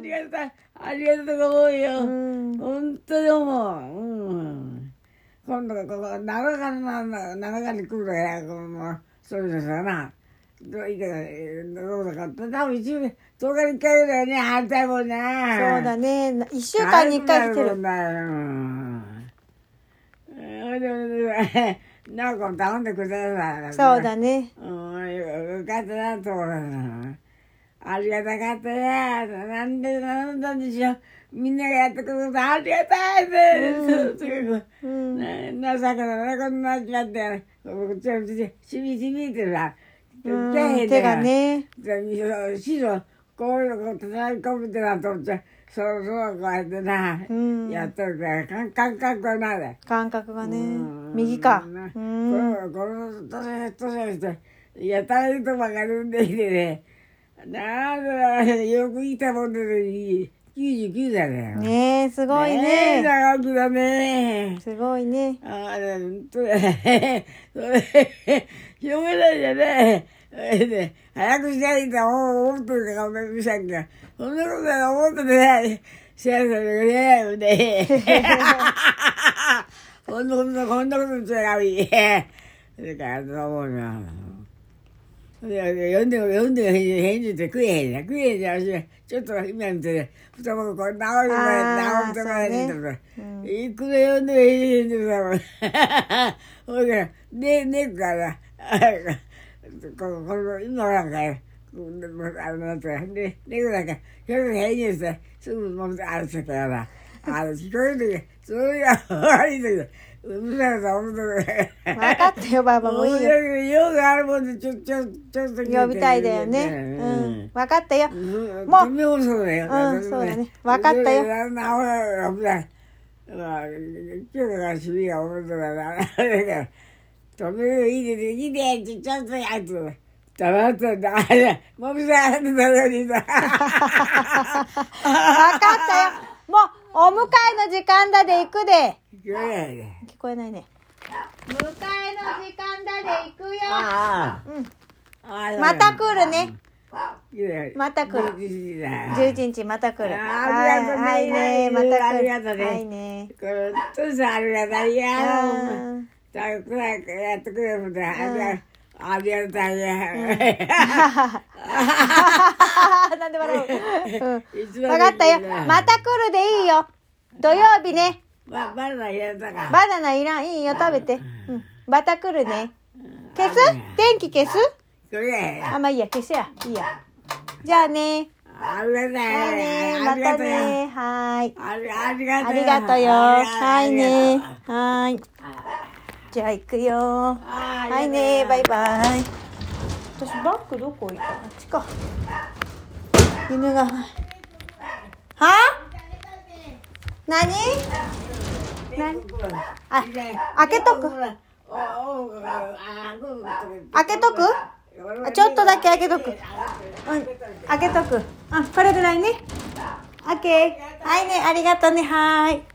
りがたいありがたいとこ多いよ、うん本当に思う、うん、今度ここ長かなんだ長かに来るからこのそうですからなどういいかどうだかって多分一日10日に1回ぐらいね反対もんねそうだね。な一週間に一回来てる。なんか頼んでください。そうだね。うん、よかったなと思うな。ありがたかったね。なんでなんだんでしょう。みんながやってくれることありがたいです。すごく。うん。な情けないな、こんなになって。こっちはうちで、しみじみってさ。うん来へんね手がね。師匠、こういうのこう叩き込むってなと思って、そうそうこうやってな、うんやっとるから、カンカンカンこうなる。感覚がねうん。右か。ねうこの、ん。この、年、年して、やたらいいとばかるんでいてね、なんだ、よく生きたもんでね、99だね。ねえ、すごいねえね。長くだね。すごいね。ああ、でも、と、 えそれ、しょうがないじゃねえ。えね、早くしたいと思ってるから、おめさんが。そんなことは思ってない。しやさんがねえよ ね。ほんとほんと、こんなこと言っちゃダメ。だから、そう思うな。いや読んでも読んでも返事って食えへんじゃん食えへんじゃん私ちょっと今見てね太ももこんな青いとこやあー青いとこやねとかそうねいくら読んでも返事してさもう ほいでね猫から あこのこの今なんかねこうでもあのなんとかね猫なんかひょっと返事してすぐもうあれしたからなあの聞こえる時それが悪い時だうるさいさ本当に分かったよ、ばあばもう いいよ。用があるもんで、ちょ、ちょ、ちょっと聞いて呼びたいだよね。うん。。分かったよ。うん。もう君もそうだよ。うんそうだねわかったよななほら、危ない。まあ、今日が趣味が俺とだな。だから、飛びをいいで、いいで、ちょ、ちょっとやつ。黙ってんだ。あれ、もみさん、あんたのにさ。分かったよ。もう、お迎えの時間だで行くで。聞こえないね。聞こえないね。迎えの時間だで行くよ。あうあん。ああ。また来るね。ままた来る11時だ。 11日また来る。あはいーはいね。まあたりが来る。とうねありがとうねはいね。これ、とさ、ありがたいや。うんたくさんやってくれるんで、ありがたい は や。はははなんで笑う、うんいつ分かったよ。また来るでいいよ。土曜日ね。ま、まだやったか。バナナいらん。いいよ。食べて。うん。また来るね。消す電気消すそれ、あ、まあいいや。消せや。いいや。じゃあね。ありがじゃあね。たい。またね。はーい。ありありがとう。ありがとうよ。はいね。はーい。じゃあ行くよ。ははいねバイ。バイ私バッグどこ置いたあっちか犬がはあ何何あ開けとく開けとくあちょっとだけ開けとくうん開けとくあこれぐらいね OK はいねありがとうねはーい